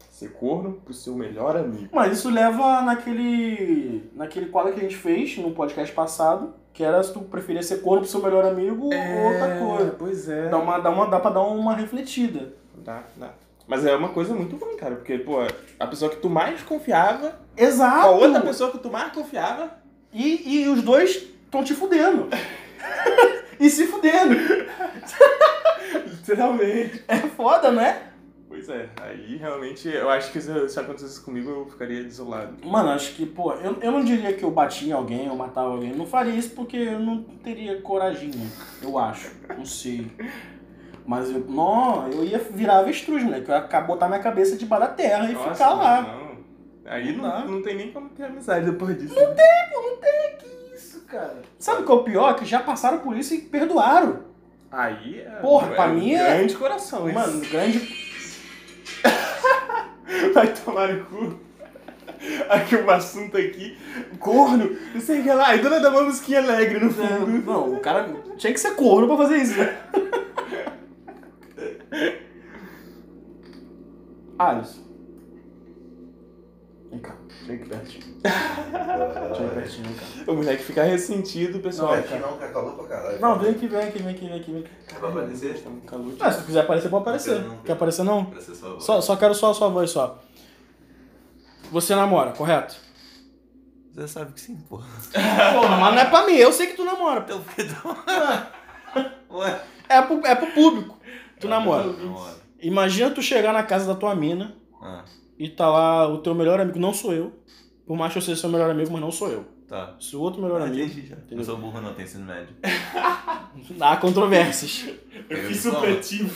Speaker 2: Ser corno pro seu melhor amigo.
Speaker 1: Mas isso leva naquele. naquele quadro que a gente fez no podcast passado, que era se tu preferia ser corno pro seu melhor amigo ou
Speaker 2: É.
Speaker 1: É, outra coisa.
Speaker 2: Pois é.
Speaker 1: Dá, uma, dá, uma, dá pra dar uma refletida.
Speaker 2: Dá, dá. Mas é uma coisa muito ruim, cara, porque, pô, a pessoa que tu mais confiava,
Speaker 1: Exato!
Speaker 2: a outra pessoa que tu mais confiava,
Speaker 1: E, e os dois estão te fudendo. e se fudendo.
Speaker 2: literalmente.
Speaker 1: É foda, né?
Speaker 2: Pois é, aí realmente eu acho que se, se acontecesse comigo eu ficaria desolado.
Speaker 1: Mano, acho que, pô, eu, eu não diria que eu batia em alguém ou matava alguém. Não faria isso porque eu não teria corajinha, eu acho. Não sei. Mas eu. Não, eu ia virar avestruz, moleque. Eu ia ca- botar minha cabeça debaixo da terra e
Speaker 2: Nossa,
Speaker 1: ficar lá.
Speaker 2: Não. Aí
Speaker 1: Não
Speaker 2: não,
Speaker 1: dá.
Speaker 2: não, tem nem como ter amizade depois disso. né? Não tem.
Speaker 1: Isso, cara. Sabe o que é o pior? Que já passaram por isso e perdoaram.
Speaker 2: Aí é.
Speaker 1: Porra, pra
Speaker 2: um
Speaker 1: mim é-
Speaker 2: Grande coração, isso.
Speaker 1: Mano, grande
Speaker 2: Vai tomar no cu. Aqui um assunto aqui, corno, não sei o que lá, e dona da uma musiquinha alegre no
Speaker 1: Não,
Speaker 2: fundo.
Speaker 1: Não, o cara tinha que ser corno pra fazer isso, né? Alisson. Vem cá, chega aqui pertinho. Chega aqui pertinho, vem cá.
Speaker 2: O moleque fica ressentido, pessoal.
Speaker 1: Não,
Speaker 3: Aqui não, cara, calor pra caralho.
Speaker 1: Não, vem aqui, vem aqui, vem aqui, vem aqui. Vem aqui.
Speaker 3: Vai aparecer?
Speaker 2: Tá muito calor.
Speaker 1: Ah, se tu quiser aparecer, pode aparecer.
Speaker 3: Não.
Speaker 1: Quer aparecer não?
Speaker 3: Parece só a
Speaker 1: Só,
Speaker 3: voz.
Speaker 1: só quero só a sua voz só. Você namora, correto?
Speaker 3: Você sabe que sim, porra.
Speaker 1: Porra, mas não é pra mim, eu sei que tu namora.
Speaker 3: Então, tá- perdão. Ué.
Speaker 1: É pro, é pro público.
Speaker 3: Tá
Speaker 1: Tu namora.
Speaker 3: Namora.
Speaker 1: Imagina tu chegar na casa da tua mina.
Speaker 3: Ah,
Speaker 1: e tá lá o teu melhor amigo, não sou eu. Por mais que eu seja seu melhor amigo, mas não sou eu.
Speaker 3: tá.
Speaker 1: Sou outro melhor
Speaker 2: é
Speaker 3: Ah,
Speaker 1: amigo.
Speaker 3: entendi já. Não sou burro, não, tem ensino médio.
Speaker 1: Há controvérsias.
Speaker 2: Eu
Speaker 3: Eu
Speaker 2: fiz
Speaker 3: sou.
Speaker 2: supletivo.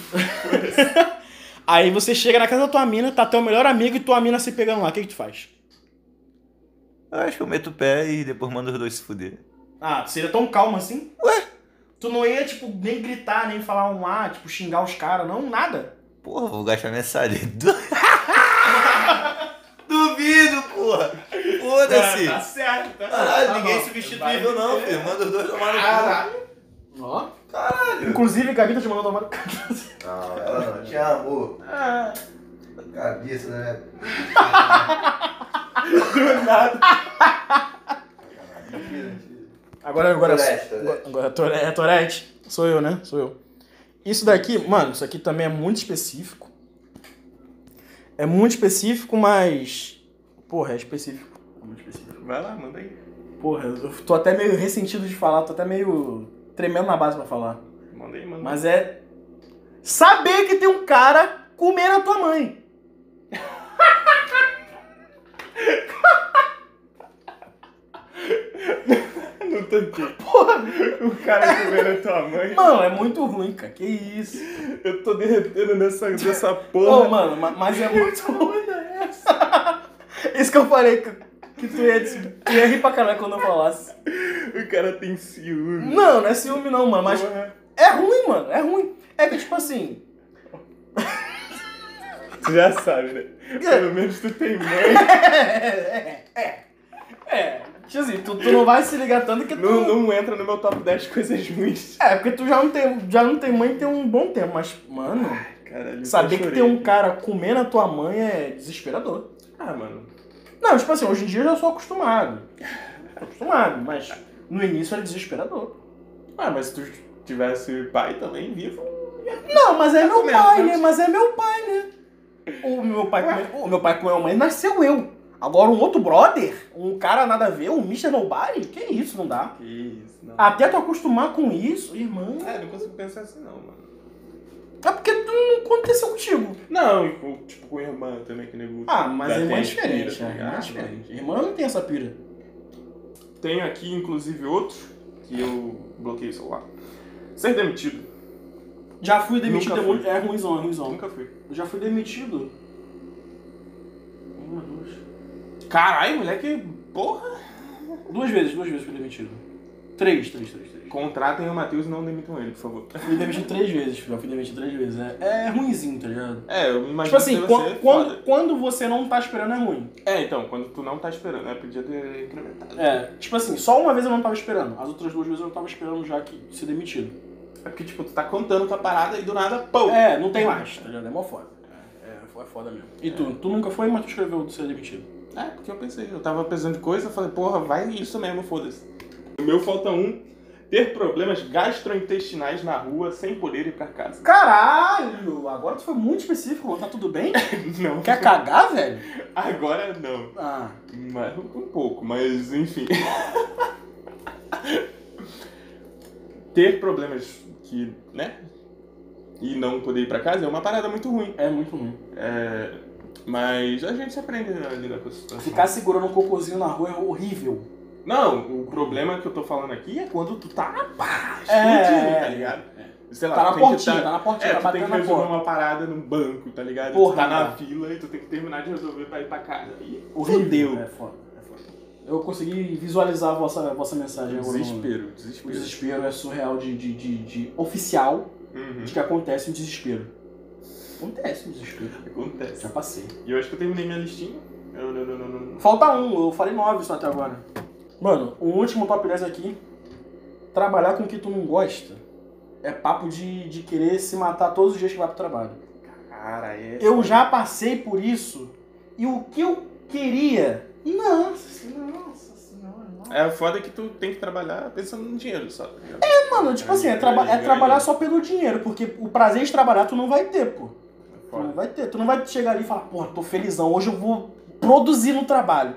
Speaker 1: Aí você chega na casa da tua mina, tá teu melhor amigo e tua mina se pegando lá. O que, que tu faz?
Speaker 3: Eu acho que eu meto o pé e depois mando os dois se fuder.
Speaker 1: Ah, seria tão calmo assim? Ué? Tu não ia, tipo, nem gritar, nem falar um ah, tipo, xingar os caras, não, nada.
Speaker 3: Porra, vou gastar minha salinha. Duvido, porra!
Speaker 1: Ah,
Speaker 3: Foda-se!
Speaker 2: tá certo, tá certo.
Speaker 3: Caralho,
Speaker 2: Tá
Speaker 3: ninguém
Speaker 2: bom. Ah,
Speaker 3: substituível não,
Speaker 2: Vai-
Speaker 3: filho. Manda os dois tomar no cu.
Speaker 2: Caralho.
Speaker 1: Ó. Caralho. Inclusive, Gabi tá te mandando tomar.
Speaker 3: Não,
Speaker 2: tá.
Speaker 3: ela não te amou.
Speaker 2: Ah,
Speaker 3: Cabeça, né?
Speaker 2: do nada.
Speaker 1: Agora, agora,
Speaker 3: Tourette,
Speaker 1: agora, agora Tourette- é Tourette. Sou eu, né? Sou eu. Isso daqui, mano, isso aqui também é muito específico. É muito específico, mas. Porra, é específico. É muito específico.
Speaker 2: Vai lá, manda aí.
Speaker 1: Porra, eu tô até meio ressentido de falar, tô até meio tremendo na base pra falar.
Speaker 2: Manda aí, manda aí.
Speaker 1: Mas é. Saber que tem um cara comendo a tua mãe.
Speaker 2: Não tanquei.
Speaker 1: Porra,
Speaker 2: O cara comendo a tua mãe.
Speaker 1: mano, é muito ruim, cara. Que isso.
Speaker 2: Eu tô derretendo nessa, nessa
Speaker 1: Ô,
Speaker 2: porra. é
Speaker 1: mano, ma- mas é muito ruim. Isso que eu falei, que, que tu, ia, tu ia rir pra caralho quando eu falasse.
Speaker 2: O cara tem ciúme.
Speaker 1: Não, não é ciúme não, mano, mas
Speaker 2: Porra.
Speaker 1: é ruim, mano, é ruim. É que, tipo assim,
Speaker 2: Tu já sabe, né? Pelo menos tu tem mãe.
Speaker 1: é, é, é, tipo assim, tu, tu não vai se ligar tanto que tu...
Speaker 2: Não, não entra no meu top 10 coisas ruins.
Speaker 1: É, porque tu já não, tem, já não tem mãe tem um bom tempo, mas, mano,
Speaker 2: Caralho, eu
Speaker 1: saber
Speaker 2: chorei.
Speaker 1: que tem um cara comendo a tua mãe é desesperador.
Speaker 2: Ah, mano.
Speaker 1: Não, tipo assim, hoje em dia eu já sou acostumado. Tô acostumado, mas no início era desesperador.
Speaker 2: Ah, mas se tu tivesse pai também vivo.
Speaker 1: Não, mas é meu
Speaker 2: comendo,
Speaker 1: pai,
Speaker 2: né?
Speaker 1: né? Mas é meu pai, né? O meu pai, comeu- o meu pai comeu a mãe, nasceu eu. Agora um outro brother, um cara nada a ver, um Mr. Nobody, que isso, não dá.
Speaker 2: Que isso, não.
Speaker 1: Até tu acostumar com isso, irmão.
Speaker 2: É, não consigo pensar assim não, mano.
Speaker 1: É porque tu não aconteceu contigo.
Speaker 2: Não, e com- tipo com irmã também, que nego.
Speaker 1: Ah, mas
Speaker 2: Já
Speaker 1: irmã é
Speaker 2: tem
Speaker 1: diferente,
Speaker 2: espírito,
Speaker 1: né? Irmã é
Speaker 2: ah,
Speaker 1: diferente.
Speaker 2: mas-
Speaker 1: Irmã não tem essa pira.
Speaker 2: Tenho aqui, inclusive, outro que eu bloqueei o celular. Ser demitido.
Speaker 1: Já fui demitido,
Speaker 2: Nunca
Speaker 1: é
Speaker 2: fui.
Speaker 1: muito- é ruimzão, é ruimzão.
Speaker 2: Nunca fui.
Speaker 1: Já fui demitido. Uma, duas,
Speaker 2: Caralho, moleque, porra.
Speaker 1: Duas vezes, duas vezes fui demitido. Três, três, três, três.
Speaker 2: Contratem o Matheus e não demitam ele, por favor.
Speaker 1: Fui demitido três vezes, filho. Fui demitido três vezes. É, é ruimzinho, tá ligado?
Speaker 2: É, eu imagino
Speaker 1: tipo assim,
Speaker 2: que
Speaker 1: quan-
Speaker 2: deve ser foda.
Speaker 1: quando, quando você não tá esperando é ruim.
Speaker 2: É, então, quando tu não tá esperando, né? Podia ter incrementado.
Speaker 1: É, tipo assim, só uma vez eu não tava esperando. As outras duas vezes eu tava esperando já que ser demitido.
Speaker 2: É porque, tipo, tu tá contando com a parada e do nada, pô.
Speaker 1: É, não tem mais, tá ligado? É mó foda. É, é foda mesmo. E tu? Tu nunca foi, mas tu escreveu de ser demitido.
Speaker 2: É, porque eu pensei, eu tava pensando em coisa, eu falei, porra, vai isso mesmo, foda-se. O meu falta um, ter problemas gastrointestinais na rua sem poder ir pra casa.
Speaker 1: Caralho! Agora tu foi muito específico, mano. Tá tudo bem?
Speaker 2: Não,
Speaker 1: Quer cagar, velho?
Speaker 2: agora não.
Speaker 1: Ah.
Speaker 2: Mas, um pouco, mas enfim. ter problemas que, né? E não poder ir pra casa é uma parada muito ruim.
Speaker 1: É muito ruim.
Speaker 2: É, mas a gente aprende a lidar com a situação.
Speaker 1: Ficar segurando um cocôzinho na rua é horrível.
Speaker 2: Não, o problema que eu tô falando aqui é quando tu tá pá,
Speaker 1: É,
Speaker 2: explodindo, tá
Speaker 1: é,
Speaker 2: ligado? Sei lá,
Speaker 1: Tá na
Speaker 2: tu tem que
Speaker 1: portinha,
Speaker 2: tá-
Speaker 1: tá na portinha,
Speaker 2: É,
Speaker 1: tá
Speaker 2: tu tem que
Speaker 1: batendo na
Speaker 2: resolver
Speaker 1: porta.
Speaker 2: uma parada num banco, tá ligado?
Speaker 1: Porra,
Speaker 2: tu tá na
Speaker 1: cara.
Speaker 2: fila e tu tem que terminar de resolver pra ir pra casa. E
Speaker 1: Horrível.
Speaker 2: fudeu.
Speaker 1: É foda, é foda. Eu consegui visualizar a vossa, a vossa mensagem agora.
Speaker 2: Desespero,
Speaker 1: O
Speaker 2: desespero.
Speaker 1: desespero é surreal de, de, de, de oficial
Speaker 2: Uhum,
Speaker 1: de que acontece um desespero. Acontece um desespero.
Speaker 2: acontece.
Speaker 1: Já passei.
Speaker 2: E eu acho que eu terminei minha listinha. Não, não, não, não, não.
Speaker 1: Falta um, eu falei nove só até agora. Mano, o último top 10 aqui. Trabalhar com o que tu não gosta. É papo de, de querer se matar todos os dias que vai pro trabalho.
Speaker 2: Cara, é.
Speaker 1: Eu já passei por isso e o que eu queria. Nossa, nossa senhora. nossa.
Speaker 2: É foda que tu tem que trabalhar pensando no dinheiro só, tá ligado?
Speaker 1: É, mano, tipo assim, é, traba- é trabalhar só pelo dinheiro, porque o prazer de trabalhar tu não vai ter, pô. Tu não
Speaker 2: Foda.
Speaker 1: vai ter. Tu não vai chegar ali e falar, porra, tô felizão, hoje eu vou produzir no trabalho.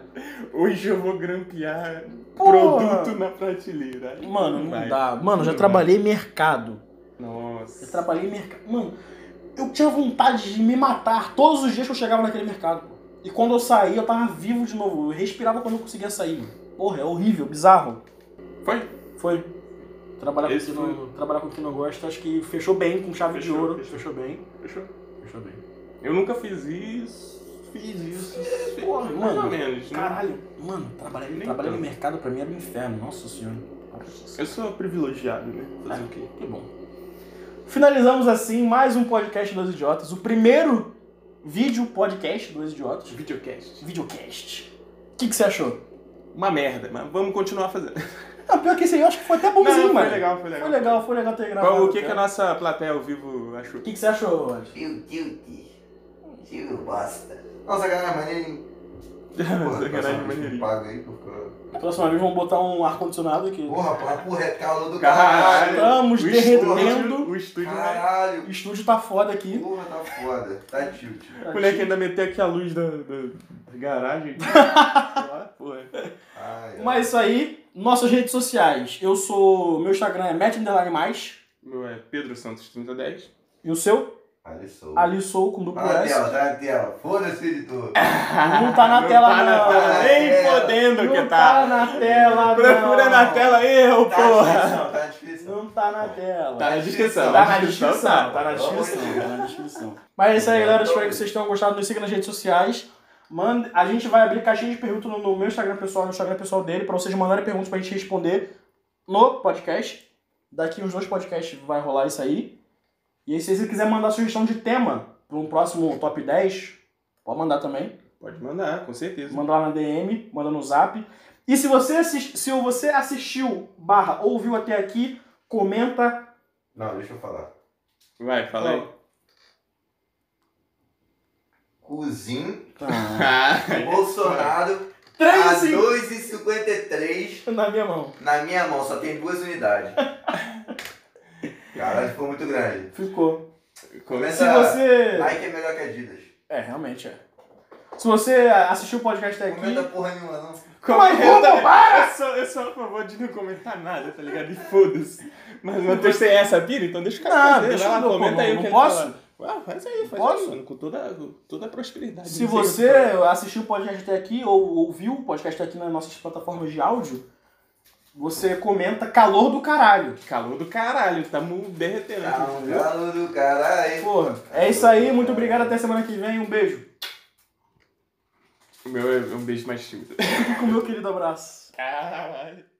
Speaker 2: Hoje eu vou grampear
Speaker 1: Porra.
Speaker 2: produto na prateleira.
Speaker 1: Mano, não
Speaker 2: Vai.
Speaker 1: dá. Mano, já
Speaker 2: Não
Speaker 1: trabalhei mercado. Eu
Speaker 2: Nossa.
Speaker 1: trabalhei em mercado. Mano, eu tinha vontade de me matar todos os dias que eu chegava naquele mercado. pô. E quando eu saí, eu tava vivo de novo. Eu respirava quando eu conseguia sair. Porra, é horrível, bizarro.
Speaker 2: Foi?
Speaker 1: Foi. Trabalhar com,
Speaker 2: Esse
Speaker 1: quem não, trabalhar com quem não gosta, acho que fechou bem, com chave de
Speaker 2: Fechou,
Speaker 1: ouro.
Speaker 2: fechou.
Speaker 1: bem.
Speaker 2: Fechou?
Speaker 1: Fechou bem.
Speaker 2: Eu nunca fiz isso. Fiz isso. fiz-
Speaker 1: Porra,
Speaker 2: mais
Speaker 1: mano.
Speaker 2: ou menos, né?
Speaker 1: Caralho, mano, trabalhar,
Speaker 2: Nem
Speaker 1: trabalhar no
Speaker 2: tanto.
Speaker 1: mercado pra mim era um inferno. Nossa senhora.
Speaker 2: Eu sou privilegiado, né? Fazer
Speaker 1: É.
Speaker 2: o quê?
Speaker 1: Que bom. Finalizamos assim mais um podcast dos idiotas. O primeiro vídeo podcast dos idiotas.
Speaker 2: Videocast.
Speaker 1: Videocast. O que, que você achou?
Speaker 2: Uma merda, mas vamos continuar fazendo.
Speaker 1: Não, pior que esse aí eu acho que foi até bonzinho,
Speaker 2: Não, foi
Speaker 1: assim, mano.
Speaker 2: legal, foi legal.
Speaker 1: Foi legal, foi legal ter gravado. tá?
Speaker 2: Qual- o que, que a nossa plateia ao vivo achou?
Speaker 1: O que, que você achou, Roger?
Speaker 3: Meu Deus, tio, basta. Nossa, galera, maneirinho. Porra, tá
Speaker 2: Sacanagem
Speaker 3: passa um
Speaker 2: maneirinho.
Speaker 3: pago aí, por favor.
Speaker 1: Próxima vez vamos botar um ar-condicionado aqui.
Speaker 3: Porra, papo reto, calor do
Speaker 2: Caralho.
Speaker 3: caralho.
Speaker 1: Estamos
Speaker 2: O
Speaker 1: derretendo.
Speaker 2: estúdio- tá O estúdio
Speaker 3: né?
Speaker 2: vai.
Speaker 1: O
Speaker 3: Caralho.
Speaker 1: estúdio tá foda aqui.
Speaker 3: Porra, tá foda. Tá tilt.
Speaker 2: O moleque ainda meteu aqui a luz da, da- da garagem. Ah, porra.
Speaker 3: Ai, ai.
Speaker 1: Mas é isso aí, nossas redes sociais. Eu sou. Meu Instagram é Matt Underline Mais.
Speaker 2: Meu é Pedro Santos 3010.
Speaker 1: E o seu?
Speaker 3: Ali sou.
Speaker 1: Ali sou com duplo
Speaker 3: Tá na
Speaker 1: S.
Speaker 3: tela, tá na tela. Foda-se, editor.
Speaker 1: Não tá na
Speaker 2: Não
Speaker 1: tela,
Speaker 2: tá na
Speaker 1: não.
Speaker 2: tela. Nem
Speaker 3: É.
Speaker 2: podendo
Speaker 1: Não
Speaker 2: que
Speaker 1: tá
Speaker 2: tá.
Speaker 1: na tela, não.
Speaker 2: Procura na tela eu,
Speaker 3: Tá na
Speaker 2: porra.
Speaker 3: descrição, tá na descrição.
Speaker 1: Não tá na tela.
Speaker 2: Tá na descrição.
Speaker 1: Tá na descrição, tá na
Speaker 3: Pelo amor de
Speaker 1: descrição,
Speaker 3: Deus.
Speaker 1: tá na descrição. Mas é isso aí, galera. Espero que vocês tenham gostado. Nos siga nas redes sociais. Mande, a gente vai abrir caixinha de perguntas no, no meu Instagram pessoal, no Instagram pessoal dele, pra vocês mandarem perguntas pra gente responder no podcast. Daqui uns dois podcasts vai rolar isso aí. E aí, se você quiser mandar sugestão de tema pra um próximo top 10, pode mandar também.
Speaker 2: Pode mandar, com certeza.
Speaker 1: Manda lá na DM, manda no zap. E se você, assist, se você assistiu, barra, ouviu até aqui, comenta.
Speaker 3: Não, deixa eu falar.
Speaker 2: Vai, fala aí.
Speaker 3: Cuzin,
Speaker 1: Tá.
Speaker 2: Ah,
Speaker 3: Bolsonaro, a
Speaker 1: 3 e
Speaker 3: 2,53
Speaker 1: 5 na minha mão.
Speaker 3: na minha mão, só tem duas unidades. Caralho, ficou muito grande.
Speaker 1: Ficou.
Speaker 2: começa-
Speaker 1: Se você.
Speaker 3: Nike é melhor que Adidas.
Speaker 1: É, realmente é. Se você assistiu o podcast até aqui.
Speaker 3: Comenta porra nenhuma, não.
Speaker 1: Mas
Speaker 2: eu,
Speaker 1: rouba,
Speaker 2: para! Eu sou, eu sou a favor de não comentar nada, tá ligado? E foda-se. Mas o Matheus tem essa pira, então deixa o cara
Speaker 1: Não,
Speaker 2: fazer.
Speaker 1: deixa
Speaker 2: vai lá,
Speaker 1: eu- pô,
Speaker 2: comenta aí
Speaker 1: não
Speaker 2: o que ele
Speaker 1: posso?
Speaker 2: fala. Ah, faz aí, faz
Speaker 1: Posso?
Speaker 2: aí, mano, com toda, com toda a prosperidade.
Speaker 1: Se
Speaker 2: Não sei
Speaker 1: você
Speaker 2: o que
Speaker 1: assistiu o podcast até aqui ou ouviu o podcast até aqui nas nossas plataformas de áudio, você comenta calor do caralho.
Speaker 2: fala. Calor do caralho, tamo derretendo aqui,
Speaker 3: Tá um
Speaker 2: entendeu?
Speaker 3: galo do caralho.
Speaker 1: Porra, é isso aí. Muito obrigado. Até semana que vem. Um beijo.
Speaker 2: O meu é um beijo mais tímido.
Speaker 1: Fique com o meu querido abraço.
Speaker 2: Caralho.